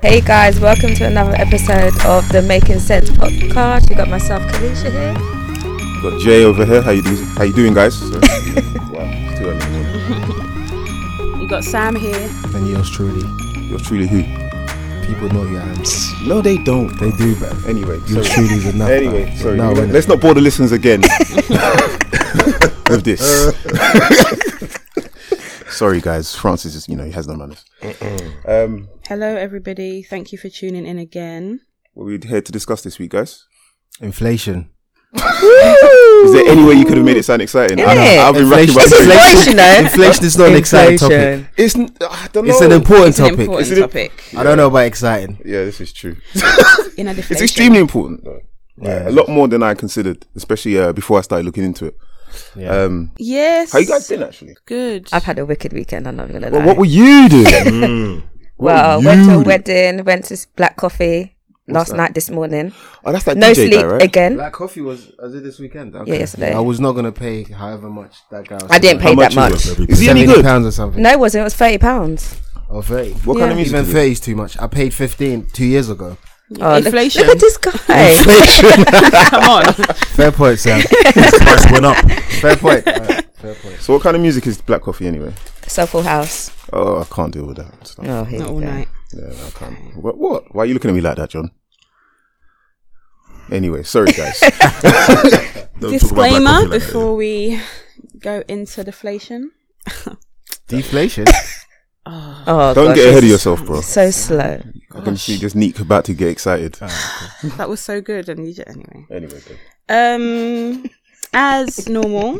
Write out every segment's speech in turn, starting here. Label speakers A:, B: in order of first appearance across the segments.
A: Hey guys, welcome to another episode of the Making Sense podcast. You got myself, Kalisha here.
B: Got Jay over here. How you doing? How you doing, guys? Sorry. wow, it's too early. in the morning.
C: We got Sam here.
D: And yours truly.
B: You're truly who?
D: People know your hands.
B: No, they don't.
D: They do, man.
B: Anyway,
D: Yours
B: sorry.
D: truly is enough. man.
B: Anyway,
D: But
B: sorry.
D: Now,
B: you know,
D: innit?
B: let's not bore the listeners again with this. Uh. sorry, guys. Francis is, you know, he has no manners. Um,
C: Hello, everybody. Thank you for tuning in again.
B: what are we here to discuss this week, guys?
D: Inflation.
B: Is there any way you could have made it sound exciting? I,
A: Innit?
B: I've been racking my
A: It's
B: brain.
A: inflation. you know.
D: Inflation is not an exciting topic.
A: Inflation.
B: It's, n- I don't know.
D: It's an important
C: It's an
D: topic.
C: important
B: Is it-
C: topic.
D: I don't know about exciting.
B: yeah, this is true.
C: In a
B: It's
C: deflation.
B: extremely important, though.
D: Yeah.
B: a lot more than I considered, especially uh, before I started looking into it.
D: Yeah.
B: Um,
C: Yes.
B: how you guys been actually?
C: Good.
A: I've had a wicked weekend. I'm not gonna lie.
B: Well, what were you doing?
A: well,
B: were
A: went to a
B: you-
A: wedding, went to s- black coffee last night, this morning.
B: oh, that's that
A: No
B: DJ
A: sleep
B: guy, right?
A: again.
D: Black coffee was as it this weekend.
A: Yeah, yesterday.
D: I was not gonna pay however much that guy. Was
A: I didn't
D: paying.
A: pay that
B: much
A: much.
B: is it? Is he any
D: 70
B: good?
D: Pounds or something.
A: No, it wasn't. It was thirty pounds.
D: Or thirty.
B: What kind of
A: Yeah.
B: music?
D: Even
B: is it?
D: thirty is too much. I paid fifteen two years ago.
A: Oh, look-
C: Inflation.
A: Look, at this guy.
D: Inflation.
C: Come on.
D: Fair point, Sam.
E: price went up.
D: Fair point. Alright, Fair point.
B: So, what kind of music is Black Coffee anyway?
A: so full house.
B: Oh, I can't deal with that stuff.
A: Oh, here
C: Not
A: we
C: all
A: go.
C: night.
B: Yeah, I can't. What, what? Why are you looking at me like that, John? Anyway, sorry guys.
E: Don't talk about black
C: Disclaimer
E: coffee like that,
C: before we go into deflation.
D: Deflation.
A: Oh,
B: Don't
A: God,
B: get ahead of
A: this is
B: yourself, bro.
A: So slow.
B: I can see this Neek about to get excited.
C: That was so good. And you ju- anyway.
B: Anyway, good.
C: Um, as normal,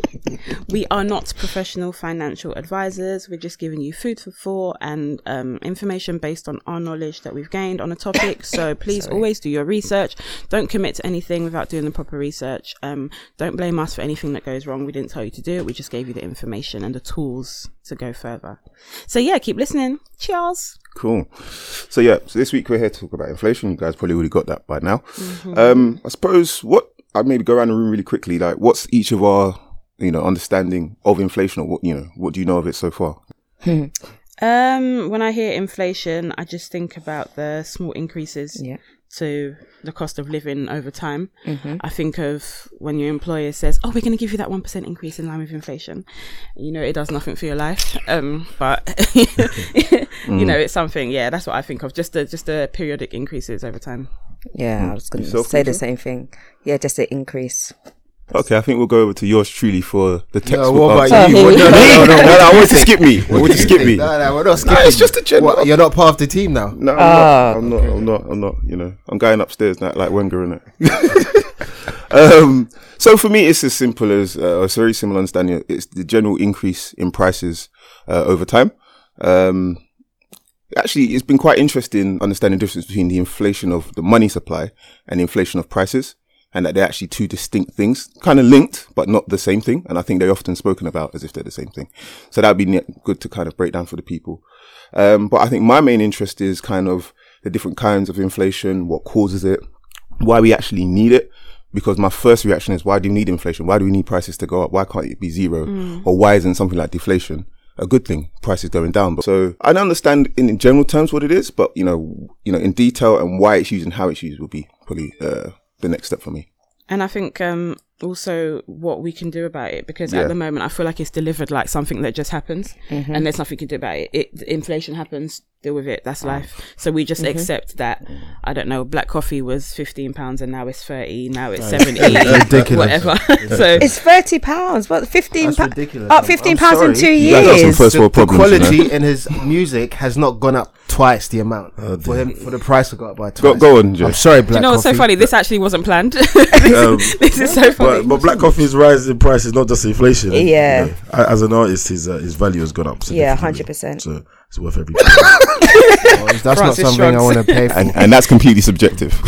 C: we are not professional financial advisors. We're just giving you food for thought and um, information based on our knowledge that we've gained on a topic. So please always do your research. Don't commit to anything without doing the proper research. Um, don't blame us for anything that goes wrong. We didn't tell you to do it. We just gave you the information and the tools to go further. So yeah, keep listening. Cheers.
B: Cool. So yeah, so this week we're here to talk about inflation. You guys probably already got that by now. Um, I suppose what I maybe go around the room really quickly. Like, what's each of our you know understanding of inflation, or what you know, what do you know of it so far?
C: Um, when I hear inflation, I just think about the small increases
A: Yeah.
C: to the cost of living over time. I think of when your employer says, "Oh, we're going to give you that one percent increase in line with inflation." You know, it does nothing for your life, um, but you know, it's something. Yeah, that's what I think of. Just the just the periodic increases over time.
A: Yeah, I was going to
B: Yourself,
A: say the
B: Rachel?
A: same thing. Yeah, just the increase.
B: Okay, I think we'll go over to yours truly for the
D: No,
B: textbook.
D: what
B: answer.
D: about you? What- no, no, no, no,
B: no, no, I
D: what do you
B: want you to
D: think?
B: skip me. I want you to skip me.
D: No,
B: No,
D: no, we're not skipping.
B: it's just a general-
D: What, you're not part of the team now.
B: I'm not. I'm not. I'm not. I'm not. You know, I'm going upstairs now, like Wenger, innit? um, so for me, it's as simple as uh, it's a very similar understanding. It's the general increase in prices uh, over time. Um, actually, it's been quite interesting understanding the difference between the inflation of the money supply and the inflation of prices, and that they're actually two distinct things, kind of linked but not the same thing. And I think they're often spoken about as if they're the same thing. So that'd be ne- good to kind of break down for the people. Um, but I think my main interest is kind of the different kinds of inflation, what causes it, why we actually need it. Because my first reaction is, why do we need inflation? Why do we need prices to go up? Why can't it be zero? Or why isn't something like deflation a good thing? Prices going down. But so I don't understand in, in general terms what it is, but you know, you know, in detail and why it's used and how it's used will be probably uh, the next step for me.
C: And I think um, also what we can do about it because
B: Yeah.
C: at the moment I feel like it's delivered like something that just happens and there's nothing you can do about it. it inflation happens, deal with it, that's life. So we just accept that, I don't know, black coffee was £15 and now it's 30 now it's 70
D: ridiculous.
C: whatever. so
A: It's thirty pounds. What fifteen?
D: That's
A: pa-
D: ridiculous.
A: Up
D: I'm-
A: fifteen
D: I'm
A: pounds in
D: sorry.
A: two
B: You guys got some
A: years.
B: first world
D: the
B: problems. you know?
D: quality in his music has not gone up twice the amount for him for the price to go up by twice.
B: Go, go on, Jay.
D: I'm sorry, Black.
C: Oh, you know what's so
D: Coffee.
C: funny? This actually wasn't planned. this,
E: Um,
C: this is so funny.
E: but, but black coffee's rise in price is not just inflation.
A: Yeah.
E: You know, a- as an artist, his uh, his value has gone up.
A: Yeah,
E: significantly.
A: 100%.
E: So it's worth every. penny.
D: Oh, that's not
C: Francis
D: something I
C: shrugs.
D: want to pay for.
B: and, and that's completely subjective.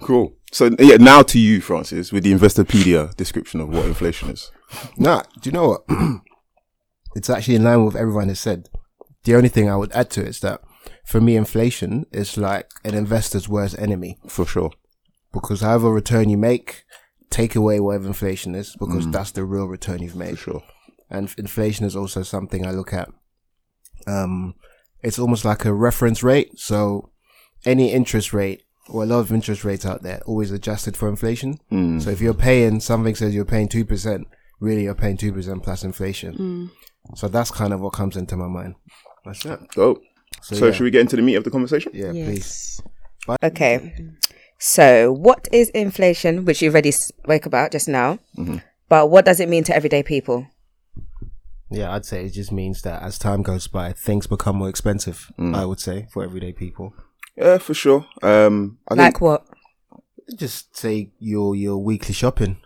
B: cool. So yeah, now to you, Francis, with the Investopedia description of what inflation is.
D: nah, do you know what? it's actually in line with everyone has said. The only thing I would add to it is that for me, inflation is like an investor's worst enemy
B: For sure.
D: because however return you make, take away whatever inflation is because
C: Mm.
D: that's the real return you've made.
B: For sure.
D: and f- inflation is also something I look at um, it's almost like a reference rate. So any interest rate or a lot of interest rates out there always adjusted for inflation. So if you're paying something says you're paying two percent, really you're paying two percent plus inflation. So that's kind of what comes into my mind. That's it.
B: Oh. So,
D: So, yeah.
B: should we get into the meat of the conversation?
D: Yeah, please.
A: Okay.
C: Mm-hmm,
A: So, what is inflation, which you already spoke about just now? But what does it mean to everyday people?
D: Yeah, I'd say it just means that as time goes by, things become more expensive. I would say for everyday people.
B: Yeah, for sure. Um, I think,
A: Like what?
D: Just say your your weekly shopping.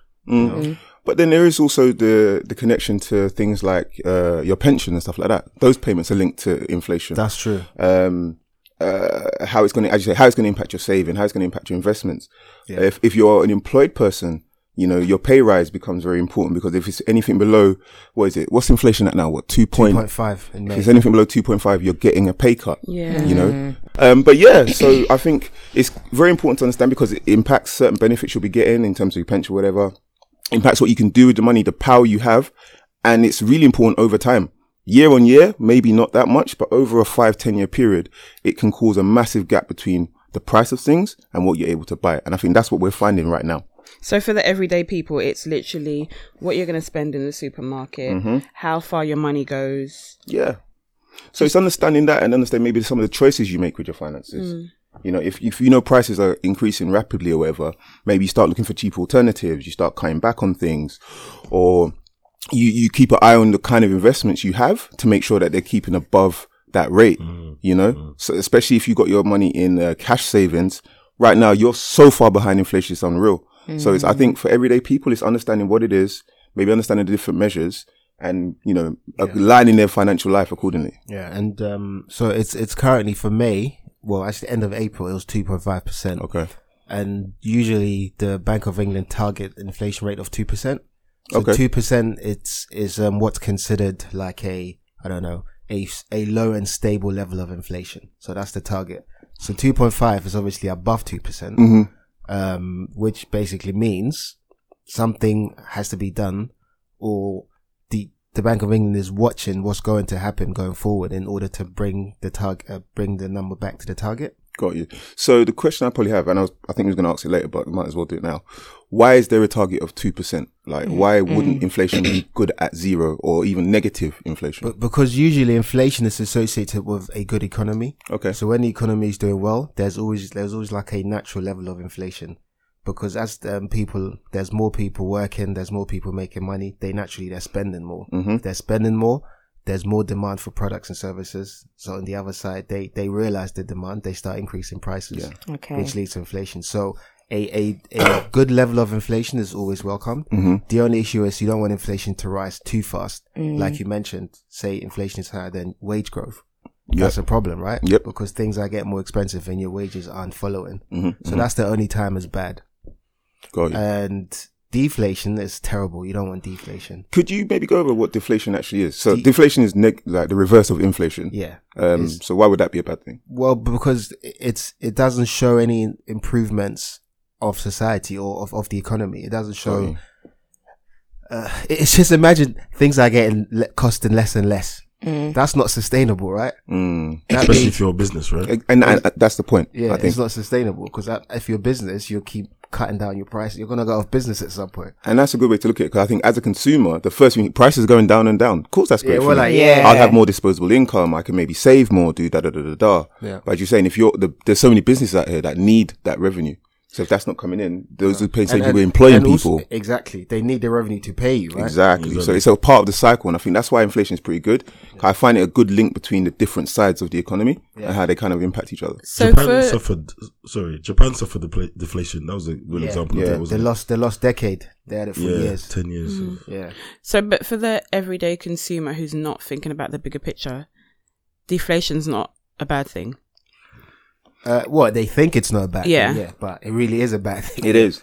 B: but then there is also the the connection to things like uh, your pension and stuff like that. Those payments are linked to inflation.
D: That's true.
B: um, uh, how it's going to, as you say, how it's going to impact your saving, how it's going to impact your investments. If, if you're an employed person, you know, your pay rise becomes very important because if it's anything below, what is it? What's inflation at now? What, 2 point?
D: Point five in
B: If
D: May.
B: it's anything below 2.5, you're getting a pay cut.
C: Yeah.
B: You know? Um, but yeah, so I think it's very important to understand because it impacts certain benefits you'll be getting in terms of your pension, whatever. Impacts what you can do with the money, the power you have. And it's really important over time. Year on year, maybe not that much, but over a five, 10 year period, it can cause a massive gap between the price of things and what you're able to buy. And I think that's what we're finding right now.
C: So for the everyday people, it's literally what you're going to spend in the supermarket, how far your money goes.
B: Yeah. So it's understanding that and understand maybe some of the choices you make with your finances. You know, if, if you know prices are increasing rapidly or whatever, maybe you start looking for cheap alternatives, you start cutting back on things, or you, you keep an eye on the kind of investments you have to make sure that they're keeping above that rate, you know? So especially if you got your money in uh, cash savings, right now you're so far behind inflation, it's unreal. So it's, I think for everyday people, it's understanding what it is, maybe understanding the different measures and, you know, uh, aligning their financial life accordingly.
D: Yeah, and um, so it's it's currently for May. Well, actually, the end of April, it was two point five percent.
B: Okay.
D: and usually the Bank of England target inflation rate of two percent. So
B: Okay.
D: two percent it's is um, what's considered like a I don't know a s- a low and stable level of inflation. So that's the target. So two point five is obviously above 2 percent, um, which basically means something has to be done, or the the Bank of England is watching what's going to happen going forward in order to bring the target uh, bring the number back to the target.
B: Got you. So the question I probably have, and I, was, I think I was going to ask it later, but I might as well do it now. Why is there a target of 2%? Like, why wouldn't inflation be good at zero or even negative inflation?
D: But because usually inflation is associated with a good economy.
B: okay.
D: So when the economy is doing well, there's always there's always like a natural level of inflation, because as um, people there's more people working, there's more people making money. They naturally they're spending more. If they're spending more, there's more demand for products and services. So on the other side, they they realize the demand, they start increasing prices,
A: Okay.
D: which leads to inflation. So. A, a, a good level of inflation is always welcome.
B: mm-hmm.
D: The only issue is you don't want inflation to rise too fast. Like you mentioned, say inflation is higher than wage growth that's a problem, right?
B: Yep.
D: Because things are getting more expensive and your wages aren't following.
B: Mm-hmm.
D: So that's the only time it's bad.
B: Got you.
D: Uh, And deflation is terrible. You don't want deflation.
B: Could you maybe go over what deflation actually is? So deflation is neg- like the reverse of inflation.
D: Yeah.
B: Um, so why would that be a bad thing?
D: Well, because it's it doesn't show any improvements of society or of, of the economy. It doesn't show.
B: Okay.
D: Uh, it's just imagine things are getting le- costing less and less. That's not sustainable, right?
B: Mm.
D: That
E: Especially
D: means,
E: if you're a business, right?
B: And, and, and that's the point.
D: yeah,
B: I think.
D: it's not sustainable because if you're a business, you'll keep cutting down your price. You're gonna go off business at some point.
B: And that's a good way to look at it because I think as a consumer, the first thing prices are going down and down. Of course, that's great.
D: Yeah,
B: for
D: we're
B: me.
D: like, yeah.
B: I'll have more disposable income. I can maybe save more. Do da da da da da.
D: Yeah.
B: But as you're saying, if you're the, there's so many businesses out here that need that revenue. So if that's not coming in, those who pay
D: And-
B: people
D: and-
B: employing
D: and also-
B: people.
D: exactly. They need the revenue to pay you, right?
B: Exactly. So it's a part of the cycle, and I think that's why inflation is pretty good. I find it a good link between the different sides of the economy and how they kind of impact each other.
C: So
E: Japan
C: for
E: suffered. Sorry, Japan suffered the pla- deflation. That was a good example.
B: Yeah.
E: Of that,
D: The
E: wasn't it?
D: lost, the lost decade. They had it for
E: yeah,
D: years.
E: ten years.
C: Hmm.
D: yeah.
C: so, but for the everyday consumer who's not thinking about the bigger picture, deflation's not a bad thing.
D: Uh, well, they think it's not a bad
C: Yeah.
D: thing, yeah, but it really is a bad thing.
B: It is,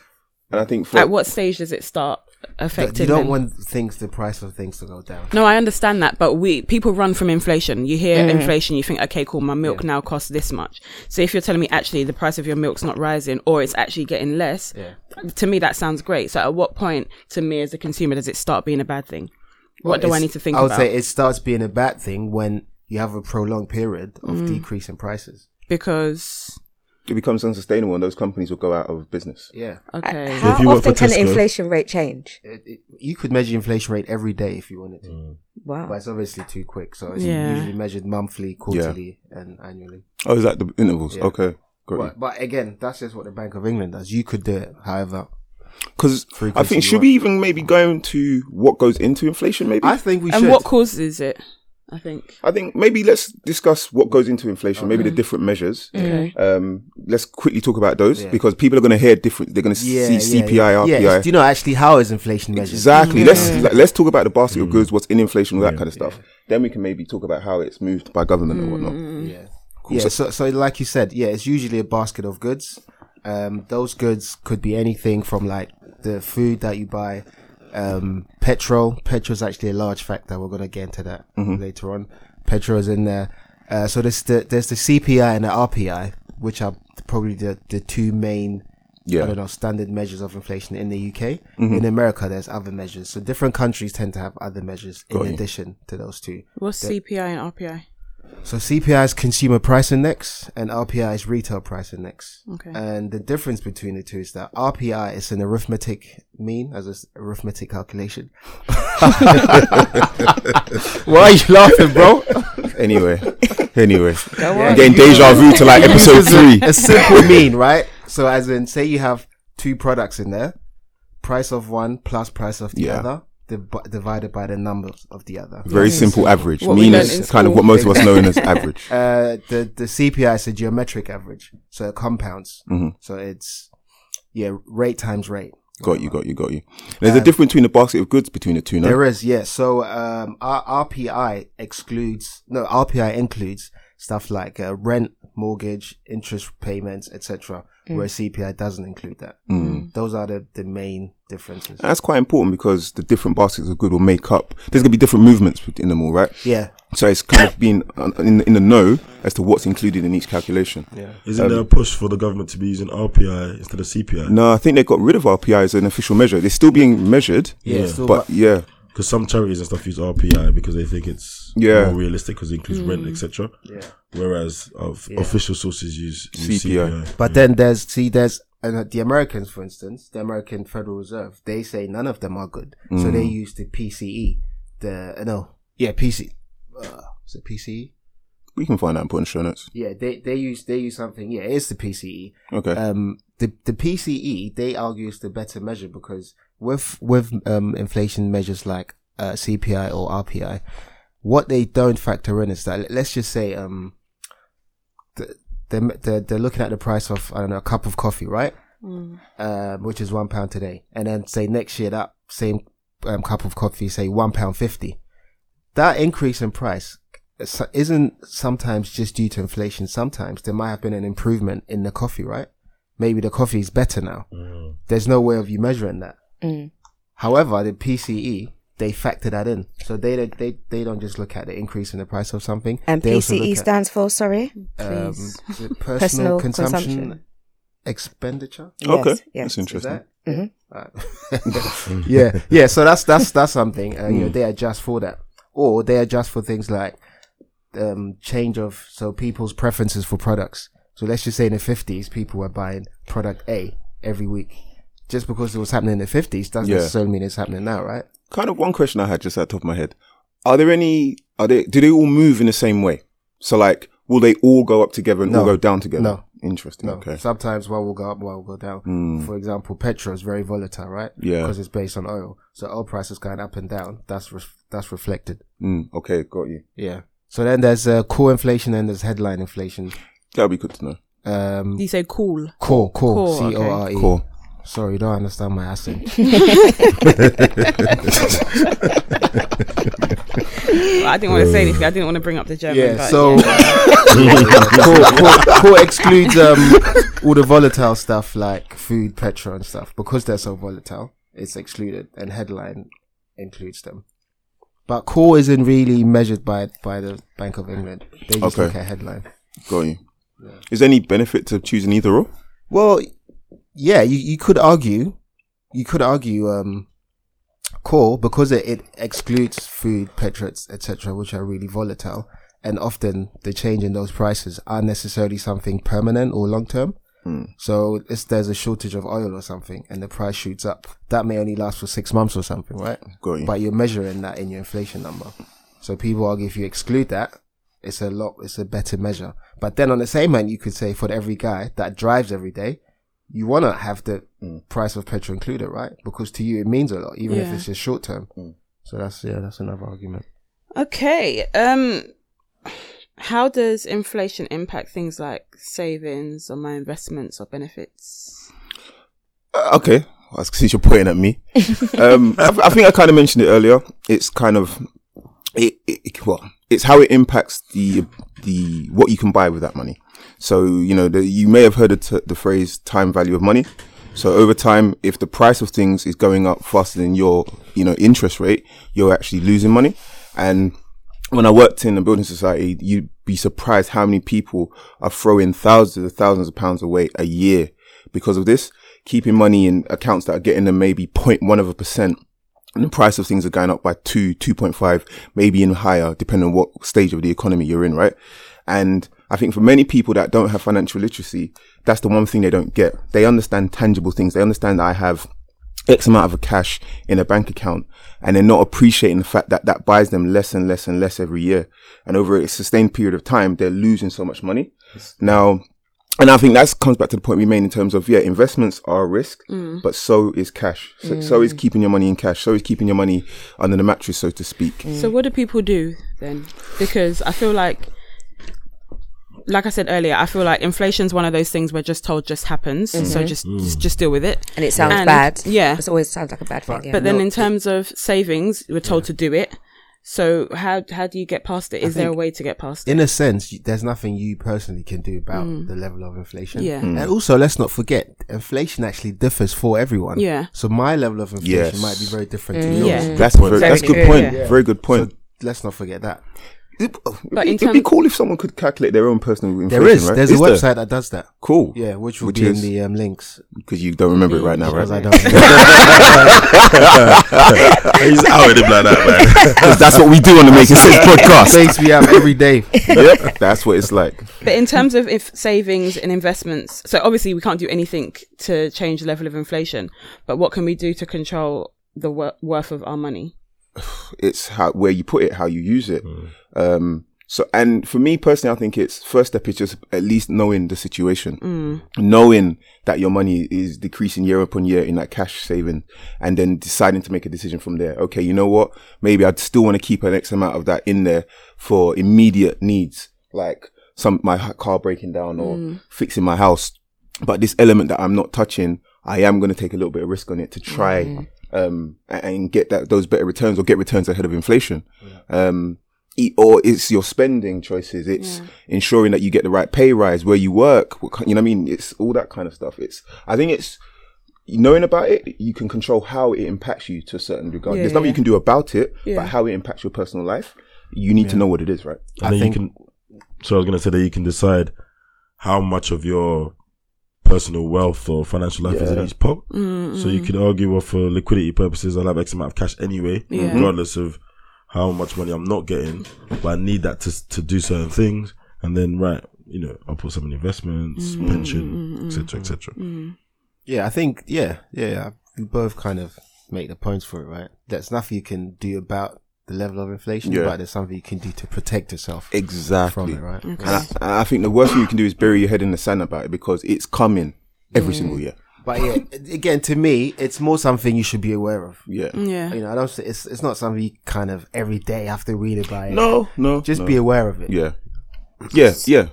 B: and I think for
C: At what stage does it start
D: But
C: affecting?
D: you don't
C: them?
D: want things, the price of things to go down.
C: No, I understand that, but we people run from inflation. You hear
D: Mm.
C: inflation, you think, okay, cool, my milk now costs this much. So if you're telling me actually the price of your milk's not rising or it's actually getting less, to me that sounds great. So at what point, to me as a consumer, does it start being a bad thing? What do I
D: It's-
C: need to think
D: I would
C: about?
D: say it starts being a bad thing when you have a prolonged period of
C: Mm.
D: decrease in prices.
C: because
B: It becomes unsustainable, and those companies will go out of business.
D: Yeah.
C: okay,
E: if
A: How
E: you work
A: often
E: for
A: can the
E: Tesco-
A: inflation rate change?
D: It, it, you could measure inflation rate every day if you wanted to,
B: Mm.
D: but
A: Wow.
D: it's obviously too quick. So it's
C: Yeah.
D: usually measured monthly, quarterly, and annually.
B: Oh, is that the intervals?
D: Yeah.
B: Okay, got you.
D: But, but again, that's just what the Bank of England does. You could do it, however.
B: Because I
D: Frequency
B: think should
D: work.
B: we even maybe go into what goes into inflation? Maybe
D: I think we
C: and
D: should.
C: what causes it? I think.
B: I think maybe let's discuss what goes into inflation. Maybe the different measures.
C: Okay.
B: Um, let's quickly talk about those
D: Yeah.
B: because people are going to hear different. They're going to see CPI,
D: yeah. Yeah, it's-
B: RPI.
D: do you know actually how is inflation measured?
B: Exactly. Let's
C: Mm.
B: like, let's talk about the basket
D: Mm.
B: of goods, what's in inflation, all that kind of stuff. Then we can maybe talk about how it's moved by government and whatnot.
D: Yeah. Mm. Yeah. So, so like you said, yeah, it's usually a basket of goods. Um, those goods could be anything from like the food that you buy, um, petrol. Petrol's actually a large factor. We're gonna get into that later on. Petrol's in there. Uh, so there's the there's the CPI and the RPI, which are probably the the two main
B: Yeah.
D: I don't know, standard measures of inflation in the UK. In America, there's other measures. So different countries tend to have other measures in addition to those two.
C: What's CPI and RPI?
D: So CPI is consumer price index and RPI is retail price index.
C: Okay.
D: And the difference between the two is that RPI is an arithmetic mean as an arithmetic calculation. Why are you laughing, bro?
B: Anyway, anyway,
A: on.
B: I'm getting deja vu to like episode three.
D: a simple mean, right? So as in, say you have two products in there, price of one plus price of the
B: Yeah.
D: other div- divided by the numbers of the other.
B: Very simple average.
C: What we
B: mean
C: learn
B: is
C: in
B: kind of
C: school.
B: what most of us know as average.
D: Uh, the the CPI is a geometric average, so it compounds.
B: Mhm.
D: So it's yeah, rate times rate.
B: Got you, got you, got you. There's a difference between the basket of goods between the two. No?
D: There is yeah. So um, our RPI excludes no RPI includes stuff like uh, rent, mortgage, interest payments, etc. Where CPI doesn't include that. Those are the the main differences.
B: And That's quite important because the different baskets of good will make up. There's gonna be different movements within them all, right?
D: Yeah.
B: So it's kind of being uh, in, in the know as to what's included in each calculation.
E: Isn't there a push for the government to be using RPI instead of CPI?
B: No, I think they got rid of RPI as an official measure. They're still being measured,
D: Yeah.
E: Yeah.
D: still
B: but yeah,
E: Because some charities and stuff use RPI because they think it's
B: Yeah.
E: more realistic because it includes
C: Hmm.
E: rent, etc.
D: Yeah.
E: Whereas of official sources use, use
B: CPI.
E: CPI.
D: But then there's see there's and uh, the Americans, for instance, the American Federal Reserve, they say none of them are good, so they use the PCE, the uh, no, yeah, PC, uh, is it PCE?
B: we can find out and put in show notes.
D: Yeah, they they use they use something. Yeah, it's the PCE.
B: Okay.
D: Um, the the PCE they argue is the better measure because with with um inflation measures like uh, CPI or RPI, what they don't factor in is that let's just say um, the, they're, they're they're looking at the price of I don't know a cup of coffee, right? Um, which is one pound today, and then say next year that same um, cup of coffee say one pound fifty that increase in price is- isn't sometimes just due to inflation. Sometimes there might have been an improvement in the coffee, right? Maybe the coffee is better now. There's no way of you measuring that.
A: Mm.
D: However, the PCE they factor that in, so they don't, they they don't just look at the increase in the price of something.
A: And
D: they also look
A: PCE
D: at,
A: stands for, sorry?
D: um,
C: Please.
D: is it personal,
A: Personal
D: consumption,
A: consumption.
D: expenditure.
B: okay,
A: Yes, yes.
B: that's interesting.
D: Is that? Mm-hmm. Yeah. Alright. yeah, yeah. So that's that's that's something. Uh, you know, they adjust for that, or they adjust for things like um, change of so people's preferences for products. So let's just say in the fifties, people were buying product A every week. Just because it was happening in the fifties doesn't
B: Yeah.
D: necessarily mean it's happening now, right?
B: Kind of one question I had just at the top of my head: Are there any? Are they? Do they all move in the same way? So like, will they all go up together and all
D: No.
B: go down together?
D: No.
B: Interesting. Okay.
D: Sometimes one will go up, one will go down. For example, petrol is very volatile, right?
B: Yeah.
D: Because it's based on oil, so oil prices going up and down. That's ref that's reflected.
B: Mm, okay, got you.
D: Yeah. So then there's uh, core inflation and there's headline inflation.
B: That'll be good to know.
D: Um,
C: You say cool.
D: core, core,
C: Core,
D: C O R E.
B: Cool.
D: Sorry, you don't understand my accent.
C: I didn't want to say anything. I didn't want to bring up the German.
D: Uh, yeah.
C: but
D: So core, core, core excludes um, all the volatile stuff like food, petrol, and stuff because they're so volatile. It's excluded, and headline includes them. But core isn't really measured by by the Bank of England. They just
B: Okay.
D: look at headline.
B: Got you. Is there any benefit to choosing either or?
D: Well, yeah, you, you could argue, you could argue, um, core because it, it excludes food, petrol, etc., which are really volatile, and often the change in those prices aren't necessarily something permanent or long term. So if there's a shortage of oil or something and the price shoots up, that may only last for six months or something, right?
B: Got you.
D: But you're measuring that in your inflation number. So people argue if you exclude that, it's a lot, it's a better measure. But then on the same hand, you could say for every guy that drives every day, you want to have the price of petrol included, right? Because to you, it means a lot, even if
C: Yeah.
D: it's just short term. So that's, yeah, that's another argument.
C: Okay. Um, how does inflation impact things like savings or my investments or benefits?
B: Uh, okay, well, since you're pointing at me, um, I, I think I kind of mentioned it earlier. It's kind of it, it, it- well, it's how it impacts the the what you can buy with that money. So you know, the, you may have heard the, t- the phrase "time value of money." So over time, if the price of things is going up faster than your you know interest rate, you're actually losing money. And when I worked in the building society, you'd be surprised how many people are throwing thousands and thousands of pounds away a year because of this. Keeping money in accounts that are getting them maybe 0.1 of a percent and the price of things are going up by two, 2.5, maybe even higher, depending on what stage of the economy you're in, right? And I think for many people that don't have financial literacy, that's the one thing they don't get. They understand tangible things. They understand that I have X amount of cash in a bank account and they're not appreciating the fact that that buys them less and less and less every year. And over a sustained period of time, they're losing so much money. Now, and I think that comes back to the point we made in terms of yeah, investments are a risk, but so is cash. So, so is keeping your money in cash. So is keeping your money under the mattress, so to speak.
C: So, what do people do then? Because I feel like, like I said earlier, I feel like inflation's one of those things we're just told just happens. So just,
D: Mm.
C: just just deal with it.
A: and it sounds
C: And-
A: bad.
C: Yeah.
A: It always sounds like a bad thing. Yeah.
C: But then, in terms of savings, we're told to do it. So how how do you get past it? Is there a way to get past it?
D: in a sense, you- there's nothing you personally can do about the level of inflation.
C: Mm. Yeah. Mm.
D: And also, let's not forget, inflation actually differs for everyone.
C: Yeah. Mm.
D: So my level of inflation
B: Yes.
D: might be very different to yours.
C: Yeah.
B: That's very,
A: Very
B: that's a good
A: true,
B: point.
A: yeah.
B: Very good
D: So
B: point.
D: let's not forget that.
B: It,
C: But
B: would
C: in
B: be
C: term-
B: cool if someone could calculate their own personal inflation.
D: There is.
B: right?
D: There's
B: Is
D: a
B: there?
D: website that does that.
B: Cool.
D: Yeah, which will
B: Which
D: be
B: is-
D: in the um, links.
B: because you don't remember it right now,
D: Because I
B: right?
D: don't.
E: He's out with him like that, man.
B: Because that's what we do on the Making Sense podcast.
D: Face me up every day.
B: yeah, that's what it's like.
C: But in terms of if savings and investments, so obviously we can't do anything to change the level of inflation. But what can we do to control the wor- worth of our money?
B: it's how where you put it, how you use it. Um, so, and for me personally, I think it's first step is just at least knowing the situation, knowing that your money is decreasing year upon year in that cash saving, and then deciding to make a decision from there. Okay, you know what? Maybe I'd still want to keep an X amount of that in there for immediate needs, like some my h- car breaking down or fixing my house. But this element that I'm not touching, I am going to take a little bit of risk on it to try
C: Mm-hmm.
B: um, a- and get that those better returns or get returns ahead of inflation. Um, e- or it's your spending choices. It's ensuring that you get the right pay rise where you work. What, ki- you know what I mean? It's all that kind of stuff. It's I think it's knowing about it. You can control how it impacts you to a certain regard.
C: Yeah,
B: There's nothing
C: yeah.
B: you can do about it,
C: Yeah.
B: but how it impacts your personal life. You need to know what it is, right?
E: And then
D: think-
E: you can. So I was gonna say that you can decide how much of your personal wealth or financial life is in
B: Yeah.
E: each pot. So you could argue, well, for liquidity purposes, I'll have X amount of cash anyway,
C: Yeah.
E: regardless of how much money I'm not getting, but I need that to to do certain things. And then, right, you know, I'll put some in investments, pension, etc., etc.
D: Yeah, I think. Yeah, yeah, yeah. We both kind of make the points for it, right? There's nothing you can do about the level of inflation,
B: Yeah.
D: but there's something you can do to protect yourself from
B: Exactly.
D: it, right?
B: And I, and I think the worst thing you can do is bury your head in the sand about it because it's coming every single year.
D: But yeah, again, to me, it's more something you should be aware of.
B: Yeah.
C: Yeah.
D: You know, I don't. say- It's it's not something you kind of every day have to read about. It.
B: No, no.
D: just
B: no.
D: be aware of it.
B: Yeah. Yeah, yeah.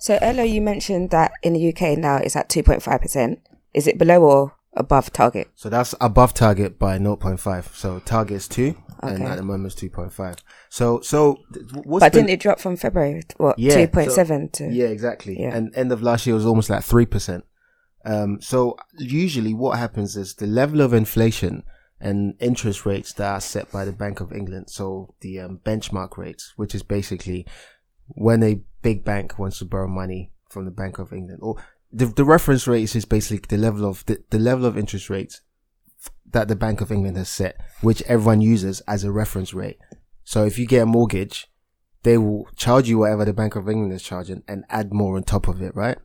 A: so earlier you mentioned that in the UK now it's at 2.5%. Is it below or above target?
D: So that's above target by 0.5. So target is two, and
A: Okay.
D: at the moment it's 2.5. So so th- what's
A: but
D: been-
A: didn't it drop from February? What,
D: Yeah,
A: 2.7 to?
D: yeah exactly.
A: Yeah.
D: And end of last year was almost like three percent. Um, so usually what happens is the level of inflation and interest rates that are set by the Bank of England. So the um, benchmark rates, which is basically when a big bank wants to borrow money from the Bank of England, or the, the reference rate is just basically the level of the, the level of interest rates that the Bank of England has set, which everyone uses as a reference rate. So if you get a mortgage, they will charge you whatever the Bank of England is charging and add more on top of it, right?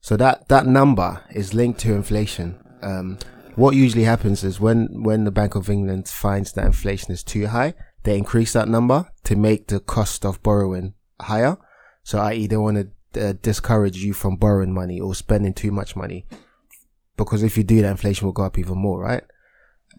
D: So that that number is linked to inflation. Um, what usually happens is when when the Bank of England finds that inflation is too high, they increase that number to make the cost of borrowing higher. So, i.e., they want to uh, discourage you from borrowing money or spending too much money, because if you do that, inflation will go up even more, right?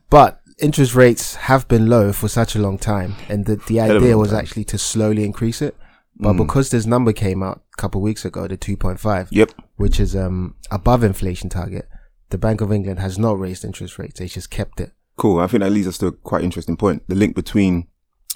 D: But interest rates have been low for such a long time, and the, the
B: of a
D: idea
B: long
D: was
B: time. Hmm.
D: actually to slowly increase it. But because this number came out a couple of weeks ago, the 2.5,
B: Yep.
D: which is um above inflation target, the Bank of England has not raised interest rates; they just kept it.
B: Cool. I think that leads us to a quite interesting point: the link between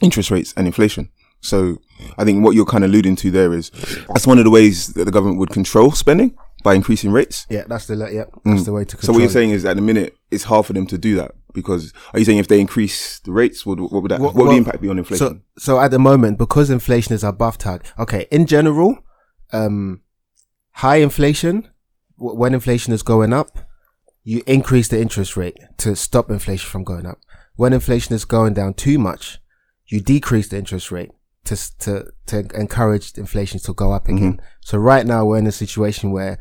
B: interest rates and inflation. So, I think what you're kind of alluding to there is that's one of the ways that the government would control spending by increasing rates.
D: Yeah, that's the le- yeah, that's the way to.
B: So,
D: Control
B: what you're
D: it.
B: saying is, at the minute, it's hard for them to do that because are you saying if they increase the rates, what, what would that? What, would
D: well,
B: the impact be on inflation?
D: So, so at the moment, because inflation is above target, okay, in general, um, high inflation, w- when inflation is going up, you increase the interest rate to stop inflation from going up. When inflation is going down too much, you decrease the interest rate to, s- to, to encourage inflation to go up again.
B: Mm-hmm.
D: So right now we're in a situation where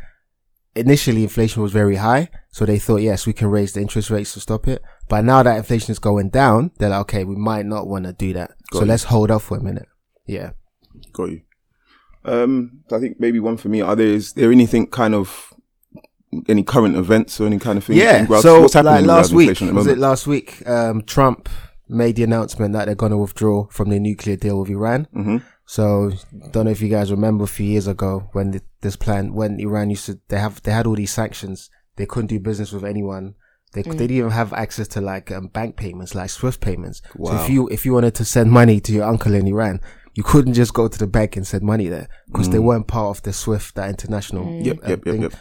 D: initially inflation was very high. So they thought, yes, we can raise the interest rates to stop it. But now that inflation is going down, they're like, okay, we might not want to do that.
B: Got
D: so
B: you.
D: let's hold off for a minute. Yeah.
B: Got you. Um, I think maybe one for me. Are there is there anything kind of any current events or any kind of thing? in regards-
D: So
B: what's happening
D: like
B: in regards
D: last
B: to
D: week,
B: inflation at the
D: was it
B: moment?
D: last week? Um, Trump made the announcement that they're going to withdraw from the nuclear deal with Iran.
B: Mhm.
D: So don't know if you guys remember a few years ago when th this plan, when Iran used to, they have, they had all these sanctions. They couldn't do business with anyone. They, they didn't even have access to like um, bank payments, like Swift payments. So if you, if you wanted to send money to your uncle in Iran, you couldn't just go to the bank and send money there because they weren't part of the Swift, that international.
B: Mm. Yep,
D: um,
B: yep, yep,
D: thing.
B: yep.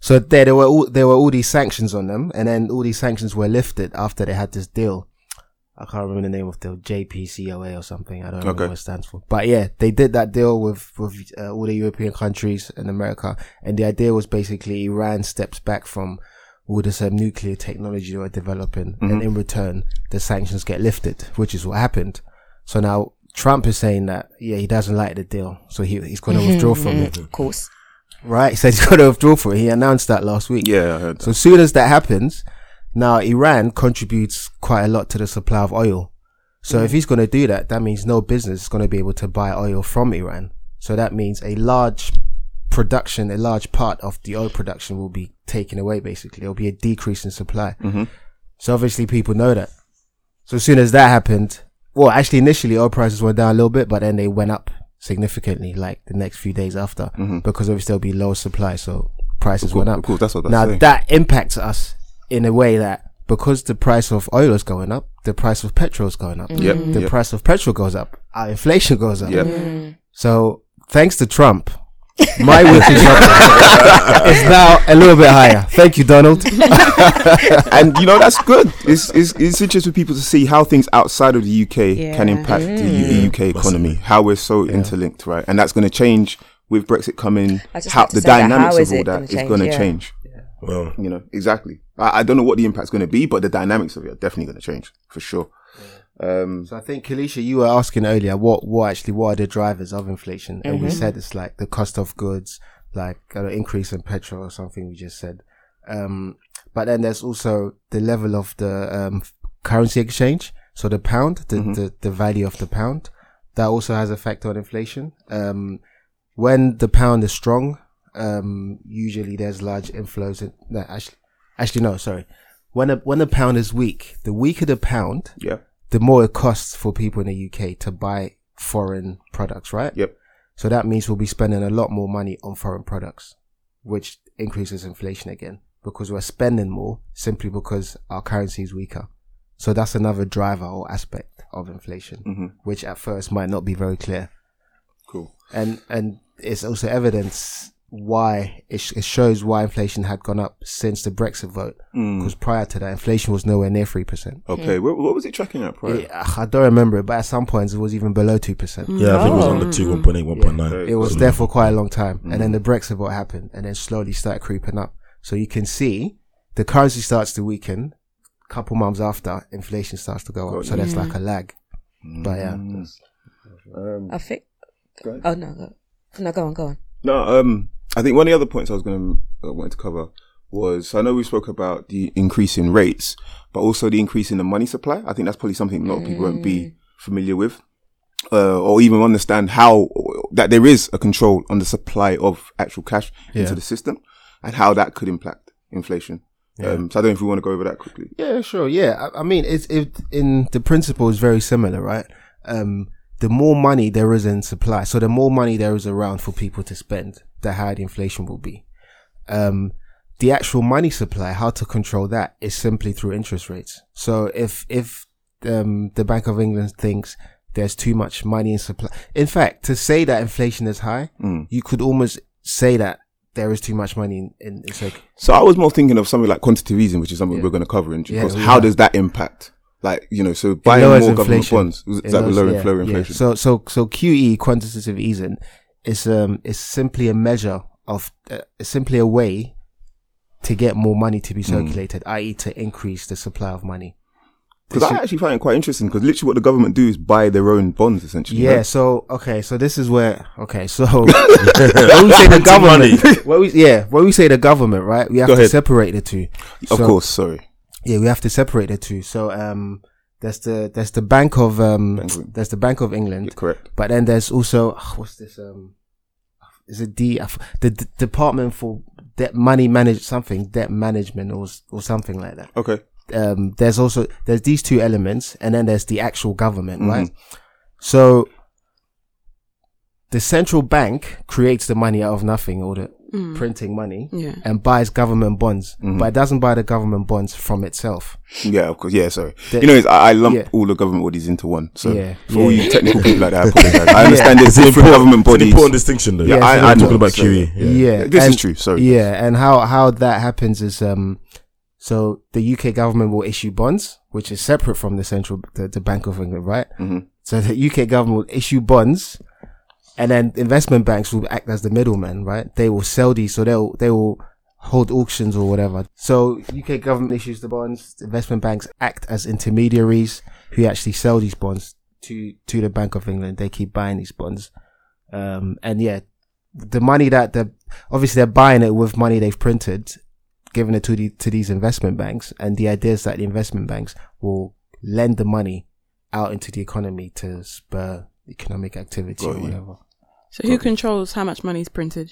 D: So there, there were all, there were all these sanctions on them, and then all these sanctions were lifted after they had this deal. I can't remember the name of the JPCOA or something. I don't know
B: Okay.
D: what it stands for. But yeah, they did that deal with with uh, all the European countries and America, and the idea was basically Iran steps back from all this um, nuclear technology they were developing, and in return, the sanctions get lifted, which is what happened. So now Trump is saying that yeah, he doesn't like the deal, so he, he's going to withdraw from it.
A: Mm, Of course.
D: Right? He said he's going to withdraw from it. He announced that last week.
B: Yeah, I heard.
D: So as soon as that happens, now Iran contributes quite a lot to the supply of oil. So
B: Mm.
D: if he's going to do that, that means no business is going to be able to buy oil from Iran. So that means a large production, a large part of the oil production will be taken away. Basically, there'll be a decrease in supply.
B: Mm-hmm.
D: So obviously, people know that. So as soon as that happened, well, actually, initially oil prices went down a little bit, but then they went up significantly, like the next few days after, because obviously there'll be low supply, so
B: Mm-hmm.
D: prices
B: Of course-
D: went up.
B: of course, that's what that's
D: now
B: saying.
D: that impacts us in a way that because the price of oil is going up, the price of petrol is going up.
B: Mm. Yep,
D: The
B: yep.
D: price of petrol goes up. Our inflation goes up.
B: Yep.
D: So thanks to Trump, my weekly shop is now a little bit higher. Thank you, Donald.
B: and you know that's good. It's, it's it's interesting for people to see how things outside of the UK can
C: Yeah.
B: impact the U-
D: Mm.
B: UK economy, how we're so interlinked, right? And that's going to change with Brexit coming.
A: I was just
B: How
A: about to
B: the
A: say that. How
B: dynamics
A: is
B: of all
A: it
B: that
A: gonna
B: is
A: change?
B: going to
A: Yeah.
B: change.
E: Well,
B: You know exactly. I, I don't know what the impact's going to be, but the dynamics of it are definitely going to change for sure. Um,
D: So I think, Kalisha, you were asking earlier what, what actually, what are the drivers of inflation? And we said it's like the cost of goods, like an increase in petrol or something. We just said, um, but then there's also the level of the um, currency exchange. So the pound, the, the the value of the pound, that also has a factor on inflation. Um, when the pound is strong, um, usually there's large inflows. In, no, actually, actually no, sorry. When a, when the pound is weak, the weaker the pound,
B: yeah.
D: the more it costs for people in the UK to buy foreign products, right?
B: Yep.
D: So that means we'll be spending a lot more money on foreign products, which increases inflation again because we're spending more simply because our currency is weaker. So that's another driver or aspect of inflation, which at first might not be very clear.
B: Cool.
D: And, and it's also evidence why it, sh- it shows why inflation had gone up since the Brexit vote. Because prior to that, inflation was nowhere near 3%.
B: Okay. What, what was it tracking at prior?
D: Yeah, I don't remember it, but at some points it was even below two percent.
E: yeah, I think it was
A: Oh.
E: under two, one point eight, one point nine.
D: It was there for quite a long time, and then the Brexit vote happened, and then slowly started creeping up. So you can see the currency starts to weaken. Couple months after, inflation starts to go up, so there's like a lag. But yeah,
A: I think
B: Go ahead.
A: Oh no, go, no, go on, go on.
B: No, um, I think one of the other points I was going to uh, wanted to cover was I know we spoke about the increase in rates, but also the increase in the money supply. I think that's probably something a lot of people won't be familiar with, uh, or even understand how that there is a control on the supply of actual cash into the system, and how that could impact inflation. Um, so I don't know if we want to go over that quickly.
D: Yeah, sure. Yeah, I, I mean, it's it in the principle is very similar, right? Um, the more money there is in supply, so the more money there is around for people to spend, the higher the inflation will be. Um, the actual money supply, how to control that is simply through interest rates. So if if um, the Bank of England thinks there's too much money in supply, in fact, to say that inflation is high, you could almost say that there is too much money in, in, in circulation.
B: So I was more thinking of something like quantitative easing, which is something we're going to cover in due
D: Yeah,
B: course.
D: we
B: How
D: are.
B: does that impact? Like you know, so buying more
D: lowers
B: government
D: inflation.
B: bonds is
D: It
B: that
D: lowers-
B: lowering
D: yeah,
B: flow
D: yeah.
B: inflation?
D: So so so QE quantitative easing is um is simply a measure of uh, is simply a way to get more money to be
B: Hmm.
D: circulated, i.e., to increase the supply of money.
B: Because I actually find it quite interesting. Because literally, what the government do is buy their own bonds, essentially.
D: Yeah.
B: right?
D: So okay. So this is where okay. So when we say the
E: Printing money.
D: government, when we, yeah, when we say the government, right? We have
B: Go
D: to
B: ahead.
D: separate the two.
B: Of
D: So-
B: course. Sorry.
D: Yeah, we have to separate the two. So um, there's the there's the Bank of um,
B: Bank of England.
D: there's the Bank of England.
B: You're correct.
D: But then there's also ah, what's this? Um, is it D? I f- The D- Department for Debt Money Manage something debt management or s- or something like that.
B: Okay.
D: Um, there's also there's these two elements, and then there's the actual government, right? So the central bank creates the money out of nothing, or the printing money,
C: Yeah.
D: and buys government bonds, but it doesn't buy the government bonds from itself.
B: Yeah. Of course. Yeah. Sorry.
D: The-
B: you know, it's, I, I lump
D: yeah.
B: all the government bodies into one. So
D: Yeah.
B: for all
D: Yeah.
B: you technical people like that, I apologize. I understand there's
E: It's an
B: different
E: important-
B: government
E: it's an
B: bodies.
E: important distinction, though.
B: Yeah, I-
E: We're
B: I
E: talking
B: know.
E: about
B: So-
E: E. QE. Yeah.
D: Yeah,
B: This
D: and-
B: is true. Sorry.
D: Yeah, and how how that happens is um, so the UK government will issue bonds, which is separate from the central the, the Bank of England, right?
B: Mhm.
D: So the UK government will issue bonds, and then investment banks will act as the middleman, right? They will sell these, so they'll they will hold auctions or whatever. So UK government issues the bonds, investment banks act as intermediaries who actually sell these bonds to to the Bank of England. They keep buying these bonds, um, and yeah, the money that the obviously they're buying it with money they've printed, giving it to the to these investment banks, and the idea is that the investment banks will lend the money out into the economy to spur economic activity
B: Got
D: or
B: you.
D: whatever.
C: So who controls how much money is printed?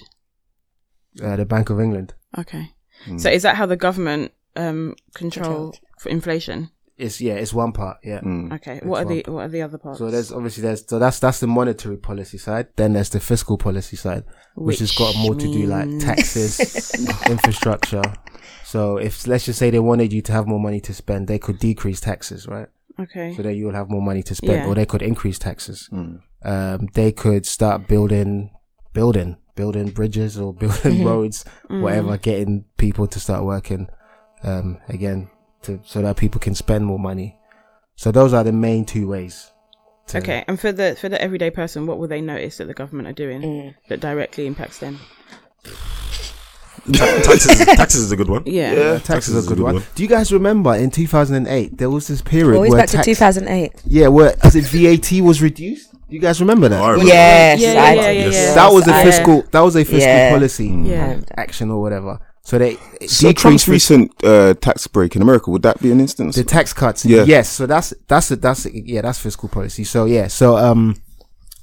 D: Uh, the Bank of England.
C: Okay.
D: Hmm.
C: So is that how the government um control for inflation?
D: It's yeah, it's one part. Yeah.
B: Mm.
C: Okay. What are
D: Hmm. one
C: the what are the other parts?
D: So there's obviously there's so that's that's the monetary policy side. Then there's the fiscal policy side, which, has got
C: Which
D: more to do like
C: means-
D: taxes, infrastructure. So if let's just say they wanted you to have more money to spend, they could decrease taxes, right?
C: okay.
D: so that you will have more money to spend,
C: Yeah.
D: or they could increase taxes. Um, they could start building, building, building bridges or building roads,
A: Hmm.
D: whatever, getting people to start working um, again, to, so that people can spend more money. So those are the main two ways. to-
C: Okay. And for the for the everyday person, what will they notice that the government are doing that directly impacts them?
E: Ta- taxes, taxes is a good one.
C: Yeah.
D: Uh, taxes are a good one. Do you guys remember in 2008 there was this period
A: Always
D: where
A: back
D: tax,
A: to 2008.
D: yeah, where is it VAT was reduced? Do you guys remember that?
E: I remember.
A: Yes,
C: Yeah,
A: I-
C: yeah, yeah, yeah.
D: That was a
A: I- uh,
D: fiscal. That was a fiscal
A: Yeah. Um,
D: policy
C: Yeah.
D: action or whatever. So they
B: So
D: decreased
B: Trump's
D: res-
B: recent uh, tax break in America would that be an instance?
D: the tax cuts.
B: Yeah.
D: Yes. So that's that's a, that's a, yeah that's fiscal policy. So yeah. So um,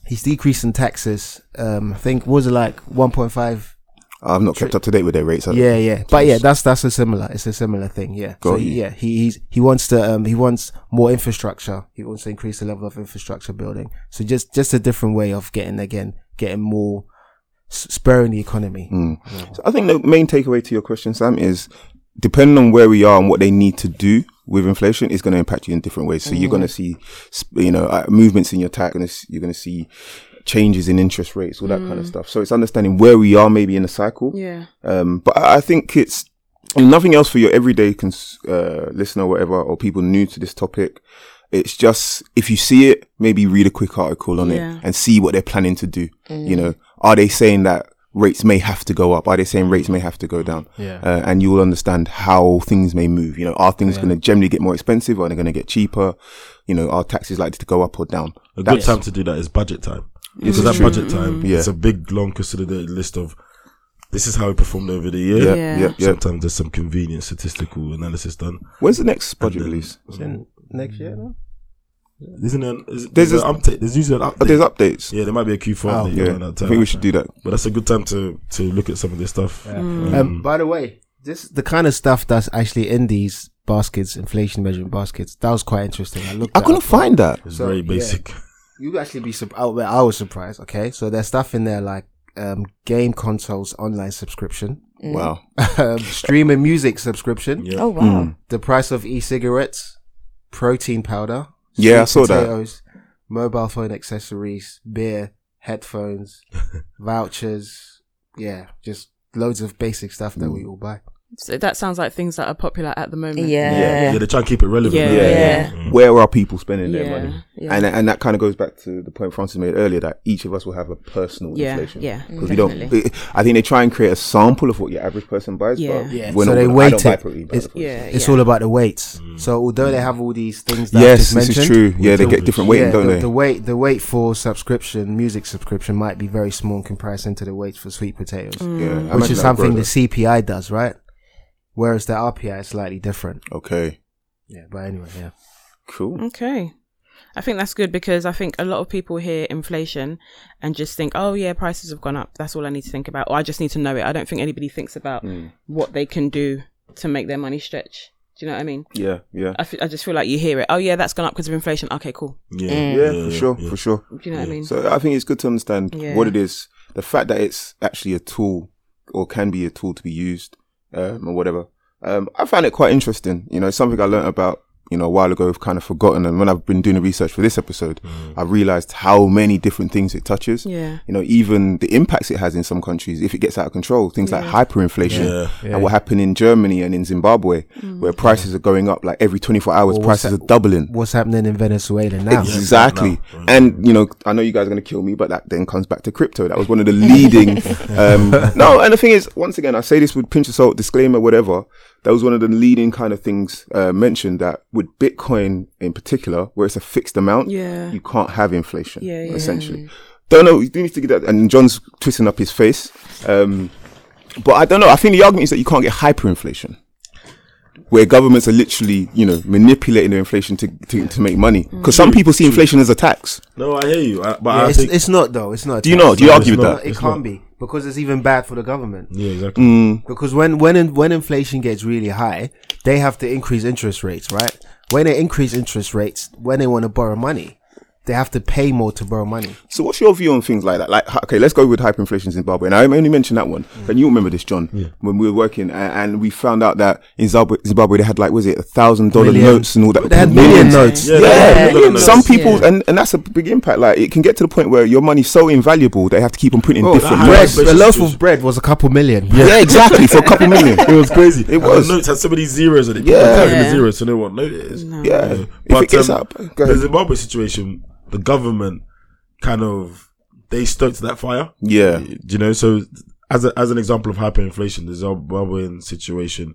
D: he's decreasing taxes. Um, I think was it like one point five?
B: I've not kept up to date with their rates. have I?
D: Yeah, yeah. But yeah, that's that's a similar. It's a similar thing. Yeah. so
B: Got you.
D: yeah, he he's, he wants to um he wants more infrastructure. He wants to increase the level of infrastructure building. So just just a different way of getting again getting more s- spurring the economy.
B: Mm. So I think the main takeaway to your question, Sam, is depending on where we are and what they need to do with inflation, it's going to impact you in different ways. So you're going to see, sp- you know, uh, movements in your tax. Gonna s- You're going to see changes in interest rates, all that kind of stuff. So it's understanding where we are, maybe in the cycle.
C: Yeah.
B: Um, but I I think it's nothing else for your everyday cons- uh, listener, or whatever, or people new to this topic. It's just if you see it, maybe read a quick article on
C: Yeah.
B: it and see what they're planning to do. You know, are they saying that rates may have to go up? Are they saying rates may have to go down?
D: Yeah.
B: Uh, and you will understand how things may move. You know, are things going to generally get more expensive? Are they going to get cheaper? You know, are taxes likely to go up or down?
E: A good time to do that is budget time. So that budget time,
B: Yeah.
E: it's a big, long, consolidated list of this is how we performed over the year.
B: Yeah,
C: Yeah.
B: yeah, yeah.
E: Sometimes there's some convenient statistical analysis done.
B: Where's the next budget release?
D: Next year, no?
E: Isn't there? Is,
B: There's
E: there's an
B: this-
E: update. There's usually an
B: Oh,
E: update.
B: there's updates.
E: yeah, there might be a Q4
D: Oh,
E: update
B: Yeah,
E: around that
B: I
E: time.
B: think we should do that.
E: but that's a good time to to look at some of this stuff.
B: Mm.
D: Um, by the way, this the kind of stuff that's actually in these baskets, inflation measurement baskets. That was quite interesting. I looked.
B: I
D: that
B: couldn't
D: up.
B: find that.
E: It's
D: So,
E: very
D: yeah.
E: basic.
D: You would actually be surprised. I was surprised. Okay, so there's stuff in there like um, game consoles online subscription,
B: Wow.
D: um, streaming music subscription,
E: Yeah.
A: Oh wow.
D: the price of e-cigarettes, protein powder.
B: Yeah, I saw
D: sweet
B: that.
D: potatoes, Mobile phone accessories, beer, headphones, vouchers. Yeah, just loads of basic stuff that
B: Mm.
D: we all buy.
F: So that sounds like things that are popular at the moment.
A: Yeah.
E: yeah, yeah, they try and keep it relevant.
F: Yeah.
B: Yeah.
A: Yeah.
E: Mm.
B: Where are people spending their
F: Yeah,
B: money?
F: yeah.
B: And and that kind of goes back to the point Francis made earlier that each of us will have a personal
C: Yeah,
B: inflation.
C: yeah,
B: Because we don't. I think they try and create a sample of what your average person buys.
C: Yeah.
B: But
D: Yeah,
B: we're
D: so
B: not
D: they
B: gonna- I
D: weight
B: don't buy
D: it.
B: protein
D: It's-
B: powder, for
C: Yeah,
D: It's
C: yeah.
D: all about the weights. So although they have all these things, that
B: Mm. yes,
D: I just
B: this
D: mentioned,
B: is true. Yeah, they
E: deal
B: get
E: with-
B: different weight,
D: yeah,
B: don't
D: the,
B: they?
D: the weight the weight for subscription music subscription might be very small in comparison to the weight for sweet potatoes,
C: Mm.
B: yeah, I
D: which
B: imagine
D: is
B: that
D: something the
B: grows
D: CPI does, right? Whereas the RPI is slightly different.
B: up. Okay,
D: Yeah, but anyway, yeah.
B: cool.
C: Okay. I think that's good because I think a lot of people hear inflation and just think, oh, yeah, prices have gone up. That's all I need to think about. Or I just need to know it. I don't think anybody thinks about
B: Hmm.
C: what they can do to make their money stretch. Do you know what I mean?
B: Yeah, yeah,
C: I, f- I just feel like you hear it. Oh, yeah, that's gone up because of inflation. Okay, cool.
E: Yeah,
B: yeah, for sure,
E: yeah.
B: for sure.
C: Do you know what I mean?
B: So I think it's good to understand
C: Yeah.
B: what it is. The fact that it's actually a tool or can be a tool to be used um, or whatever. Um, I found it quite interesting. You know, it's something I learnt about, you know, a while ago, I've kind of forgotten. And when I've been doing the research for this episode,
D: Mm.
B: I realized how many different things it touches.
C: Yeah.
B: You know, even the impacts it has in some countries if it gets out of control, things like hyperinflation
E: Yeah.
B: and what happened in Germany and in Zimbabwe,
C: Mm.
B: where prices are going up like every 24 hours,
D: Well, what's
B: prices
D: that-
B: are doubling.
D: What's happening in Venezuela now?
B: Exactly.
E: Yeah, no.
B: And, you know, I know you guys are going to kill me, but that then comes back to crypto. That was one of the leading. um, no, and the thing is, once again, I say this with pinch of salt, disclaimer, whatever. That was one of the leading kind of things uh, mentioned that with Bitcoin in particular, where it's a fixed amount,
C: Yeah.
B: you can't have inflation,
C: Yeah, yeah.
B: essentially. Don't know. You do need to get that. And John's twisting up his face. Um, but I don't know. I think the argument is that you can't get hyperinflation where governments are literally, you know, manipulating their inflation to, to, to make money. Because some people see inflation as a tax.
E: No, I hear you, I, but
D: Yeah,
E: I
D: it's,
E: think
D: it's not though. It's not.
B: Do you know? Do you
E: No,
B: argue
E: it's
B: with
E: not.
B: that? Hmm?
D: It can't be because it's even bad for the government.
E: yeah, exactly.
B: Mm.
D: Because when when in, when inflation gets really high, they have to increase interest rates, right? When they increase interest rates, when they want to borrow money, they have to pay more to borrow money.
B: So what's your view on things like that? Like, hi- okay, let's go with hyperinflation in Zimbabwe. And I only mentioned that one. And you remember this, John, when we were working a- and, and we found out that in Zimbabwe, Zimbabwe they had like, was it a thousand dollar
D: Million.
B: notes and all that?
D: They had
B: Millions.
D: million notes.
E: Yeah,
B: Yeah,
E: yeah, yeah.
B: some people, and, and that's a big impact. Like, it can get to the point where your money's so invaluable they have to keep on printing different
E: Oh, that-
D: Bread,
B: notes.
E: Bread.
D: the loaf of bread was a couple million.
B: Yeah, exactly. For a couple million.
E: It was crazy.
B: It was.
E: The notes had so many zeros on it.
B: Yeah.
E: Yeah, typing
C: Yeah.
E: the zeros, so they won't know what note it is.
B: Yeah. If it
E: But
B: gets
E: um,
B: up, go
E: the
B: ahead.
E: Zimbabwe situation, the government kind of they stoked that fire.
B: Yeah.
E: Do you know? So as a, as an example of hyperinflation, the Zimbabwean situation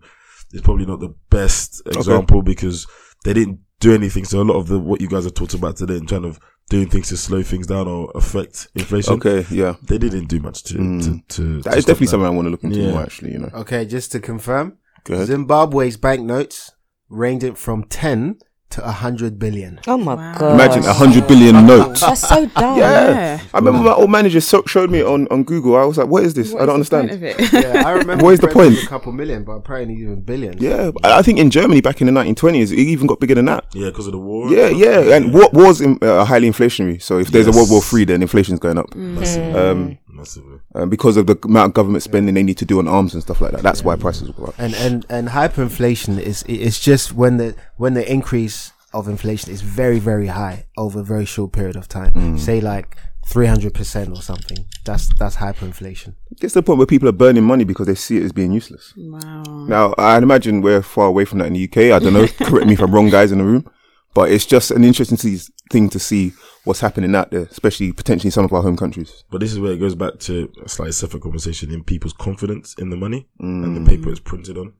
E: is probably not the best example because they didn't do anything. So a lot of the what you guys are talking about today in terms of doing things to slow things down or affect inflation.
B: Okay, yeah.
E: They didn't do much to to, to
B: That is definitely something I want to look into
E: Yeah.
B: more, actually, you know.
D: Okay, just to confirm,
B: Go ahead.
D: Zimbabwe's banknotes ranged from ten to hundred billion.
A: Oh my
C: Wow.
A: god.
B: Imagine a hundred billion note.
A: That's so dumb.
B: Yeah.
C: Yeah.
B: I remember my old manager so- showed me on, on Google. I was like, what is this? I don't understand.
D: Yeah, I remember.
B: What is the
D: bread was
B: point?
D: A couple million, but apparently even billions.
B: Yeah, I I think in Germany back in the 1920s, it even got bigger than that.
E: Yeah, because of the war.
B: Yeah, yeah. And what was in, uh, highly inflationary. So if there's a World War
E: Yes. Mm.
B: Three, then inflation's going up.
E: Massively.
B: Um,
E: massively.
B: uh, because of the amount of government spending they need to do on arms and stuff like that. That's why prices go up.
D: and and and hyperinflation is it's just when the when the increase of inflation is very very high over a very short period of time say like 300% or something that's that's hyperinflation
B: It gets to the point where people are burning money because they see it as being useless.
C: Wow.
B: Now, I'd imagine we're far away from that in the UK. I don't know. correct me if I'm wrong, guys in the room. But it's just an interesting se- thing to see what's happening out there, especially potentially in some of our home countries.
E: But this is where it goes back to a slightly separate conversation in people's confidence in the money and
B: Mm.
E: the paper it's printed on,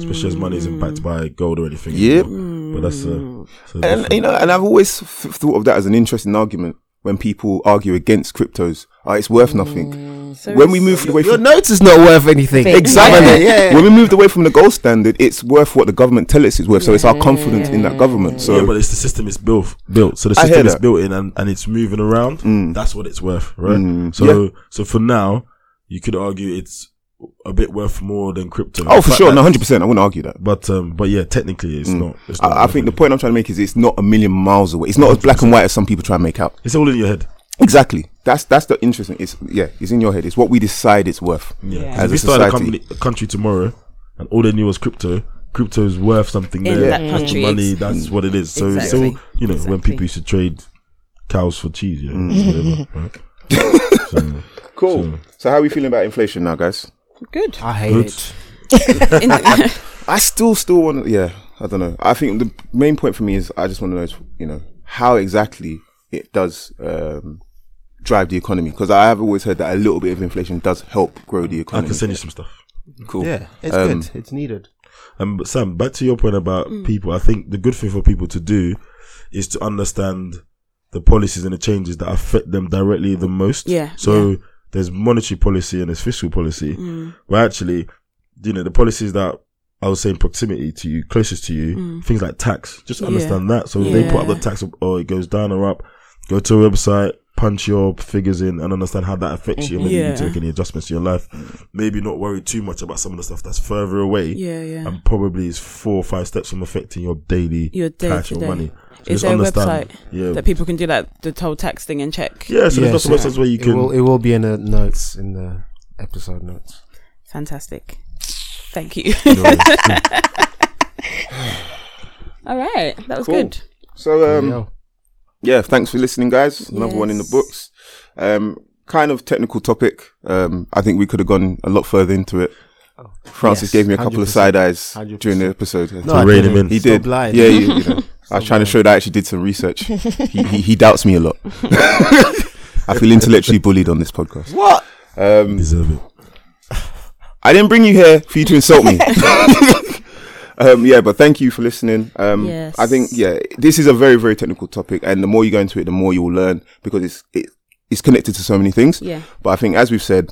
E: especially as money isn't backed by gold or anything.
B: Yep.
E: But that's a, so
B: And you know, and I've always f- thought of that as an interesting argument when people argue against cryptos. Uh, it's worth
E: Mm.
B: nothing. when we moved away
D: Your
B: from
D: notes is not worth anything.
B: Exactly.
D: Yeah, yeah.
B: When we moved away from the gold standard, it's worth what the government tells us it's worth. So it's our confidence in that government. So
E: yeah, but it's the system is built built. So the
B: I hear
E: system is
B: that.
E: built in and, and it's moving around. That's what it's worth, right?
B: Mm.
E: So so for now, you could argue it's a bit worth more than crypto.
B: oh, for
E: But
B: sure,
E: that-
B: no, hundred percent. I wouldn't argue that.
E: But um, but yeah, technically it's not. It's not
B: I, I think the point I'm trying to make is it's not a million miles away. It's not as black and white as some people try and make out.
E: it's all in your head.
B: Exactly. That's that's the interesting. It's yeah. It's in your head. It's what we decide it's worth.
E: Yeah. 'Cause
B: As
E: If
B: a
E: we started a,
B: society.
E: company, a country tomorrow and all they knew was crypto, crypto is worth something
C: In
E: there.
C: that
E: That's the
C: country,
E: money, that's what it is. So it's
C: Exactly.
E: all you know, when people used to trade cows for cheese, you
B: Mm.
E: know, whatever, right? So,
B: Cool.
E: Hmm.
B: So how are we feeling about inflation now, guys?
C: Good.
D: I hate
E: Good.
D: it.
C: In-
B: I still still want. to Yeah. I don't know. I think the main point for me is I just want to know, is, you know, how exactly it does. Um, drive the economy because I have always heard that a little bit of inflation does help grow the
E: I
B: economy.
E: can send you some stuff.
B: cool. Um,
D: Yeah, it's good. It's needed.
E: Um, but Sam, back to your point about
C: Mm.
E: people. I think the good thing for people to do is to understand the policies and the changes that affect them directly the most.
C: Yeah, Mm.
E: So there's monetary policy and there's fiscal policy. Where actually, you know, the policies that I was saying proximity to you, closest to you, things like tax. Just understand that. So they put up the
C: Mm. Yeah.
E: tax, or it goes down or up. Go to a website, punch your figures in, and understand how that affects you. and Maybe
C: Yeah.
E: you take any adjustments to your life. Maybe not worry too much about some of the stuff that's further away
C: yeah, yeah.
B: Um,
E: and probably is four or five steps from affecting your daily
C: Your day
E: cash
C: to
E: or
C: day.
E: money. So
C: Is
E: just
C: there a
E: understand-
C: website
E: Yeah.
C: that people can do like the toll tax thing and check?
E: yeah, so
D: Yeah,
E: there's lots
D: so
E: of websites where you
D: it
E: can.
D: Will, it will be in the notes in the episode notes.
C: Fantastic. Thank you. All right, that was
B: Cool.
C: good.
B: So um,
D: Yo.
B: yeah, thanks for listening, guys. Another one in the
C: Yes.
B: books. Um, kind of technical topic. Um, I think we could have gone a lot further into it. Francis
D: Yes,
B: gave me a couple of
D: 100%,
B: side eyes
D: 100%.
B: during the episode.
D: No, I
E: rein him
D: didn't.
E: in.
B: he
D: Still
B: did.
D: Blind.
B: Yeah, you, you know, I was trying to show that I actually did some research. he, he, he doubts me a lot. I feel intellectually bullied on this podcast.
D: What?
E: You deserve it.
B: I didn't bring you here for you to insult me. um, yeah, but thank you for listening. Um,
C: Yes.
B: I think yeah, this is a very very technical topic, and the more you go into it, the more you will learn because it's it, it's connected to so many things.
C: Yeah.
B: But I think as we've said,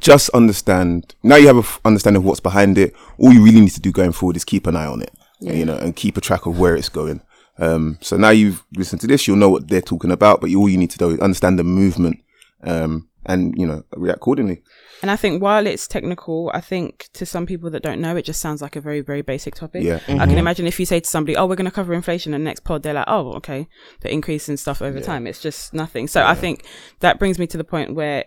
B: just understand now you have a f- understanding of what's behind it. All you really need to do going forward is keep an eye on it, you know, and keep a track of where it's going. Um, so now you've listened to this, you'll know what they're talking about, but you, all you need to do is understand the movement, um, and you know, react accordingly.
C: And I think while it's technical, I think to some people that don't know, it just sounds like a very, very basic topic.
B: Yeah. Mm-hmm.
C: I can imagine if you say to somebody, "Oh, we're going to cover inflation," and next pod they're like, "Oh, okay, the increase in stuff over time." It's just nothing. So I think that brings me to the point where,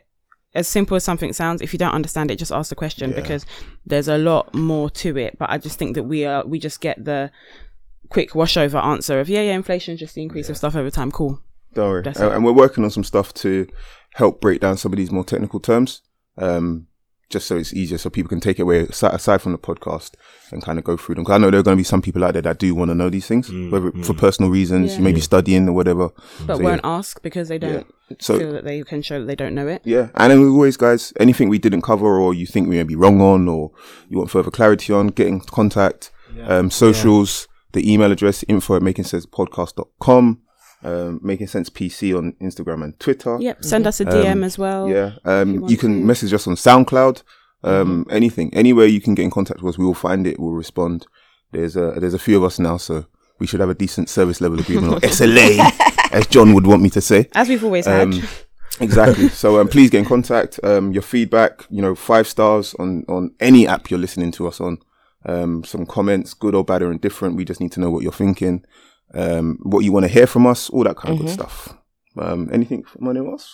C: as simple as something sounds, if you don't understand it, just ask the question because there's a lot more to it. But I just think that we are we just get the quick washover answer of yeah, yeah, inflation is just the increase of stuff over time. Cool.
B: Don't worry.
C: That's
B: Uh,
C: it.
B: and we're working on some stuff to help break down some of these more technical terms, um, just so it's easier, so people can take it away aside, aside from the podcast and kind of go through them. Because I know there are going to be some people out there that do want to know these things, whether for personal reasons,
C: Yeah.
B: you may be studying or whatever.
C: But
B: So,
C: won't ask because they don't
B: So-
C: feel that they can show that they don't know it.
B: Yeah, and as always, guys, anything we didn't cover or you think we may be wrong on or you want further clarity on, get in contact. Um, socials, the email address, info at making sense podcast.com, um, making sense PC on Instagram and Twitter.
C: Yep. Send us a DM as well.
B: Um, Yeah. Um, you,
C: want
B: can
C: to.
B: message us on SoundCloud. Um, anything, anywhere you can get in contact with us, we will find it. We'll respond. There's a there's a few of us now, so we should have a decent service level agreement or SLA, as John would want me to say.
C: As we've always
B: Um,
C: had.
B: Exactly. So um, please get in contact. Um, your feedback, you know, five stars on on any app you're listening to us on. Um, some comments, good or bad or indifferent. We just need to know what you're thinking, um, what you want to hear from us, all that kind of good stuff. Um, anything from anyone else?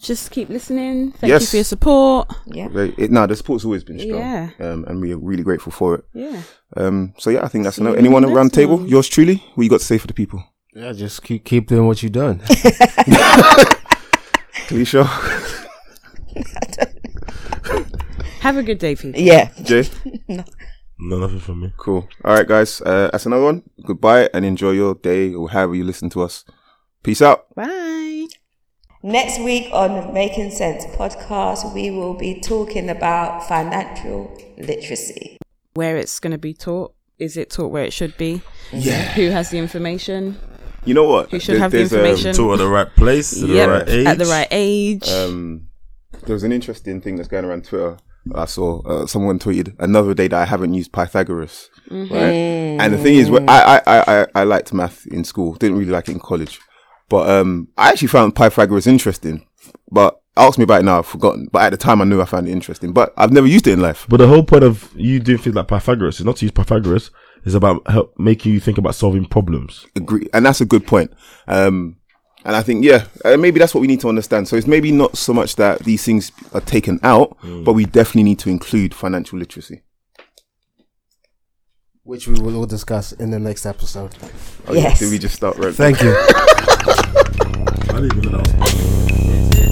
C: just keep listening. Thank you
B: Yes.
C: for your support.
A: Yeah.
B: Right. It, nah, the support's always been strong.
C: Yeah.
B: Um, and we're really grateful for it.
C: Yeah.
B: Um, so yeah, I think that's a note. Anyone around the table? Yours truly? What you got to say for the people?
D: Yeah, just keep keep doing what you're doing.
B: Kalisha?
C: Have a good day, people.
A: Yeah.
B: Jay?
E: No, nothing from me.
B: Cool. All right, guys. Uh, that's another one. Goodbye and enjoy your day or however you listen to us. Peace out.
C: Bye.
G: Next week on Making Sense podcast, we will be talking about financial literacy.
C: Where it's going to be taught. Is it taught where it should be? Yeah. Who has the information?
B: You know what? um,
C: You should have the information.
E: Two at the right place, to the
C: Yep,
E: right age.
C: at the right age.
B: um, there was an interesting thing that's going around Twitter. I saw uh, someone tweeted another day that I haven't used Pythagoras, right? And the thing is, wh- I, I I I I liked math in school. Didn't really like it in college, but um, I actually found Pythagoras interesting. But ask me about it now, I've forgotten. But at the time, I knew I found it interesting. But I've never used it in life.
E: But the whole point of you doing things like Pythagoras is not to use Pythagoras. It's about help making you think about solving problems.
B: Agree, and that's a good point. Um, and I think yeah, uh, maybe that's what we need to understand. So it's maybe not so much that these things are taken out, but we definitely need to include financial literacy.
D: which we will all discuss in the next episode.
B: Oh, yeah,
A: Yes.
B: Did we just start right?
D: Thank you.
E: I didn't even know.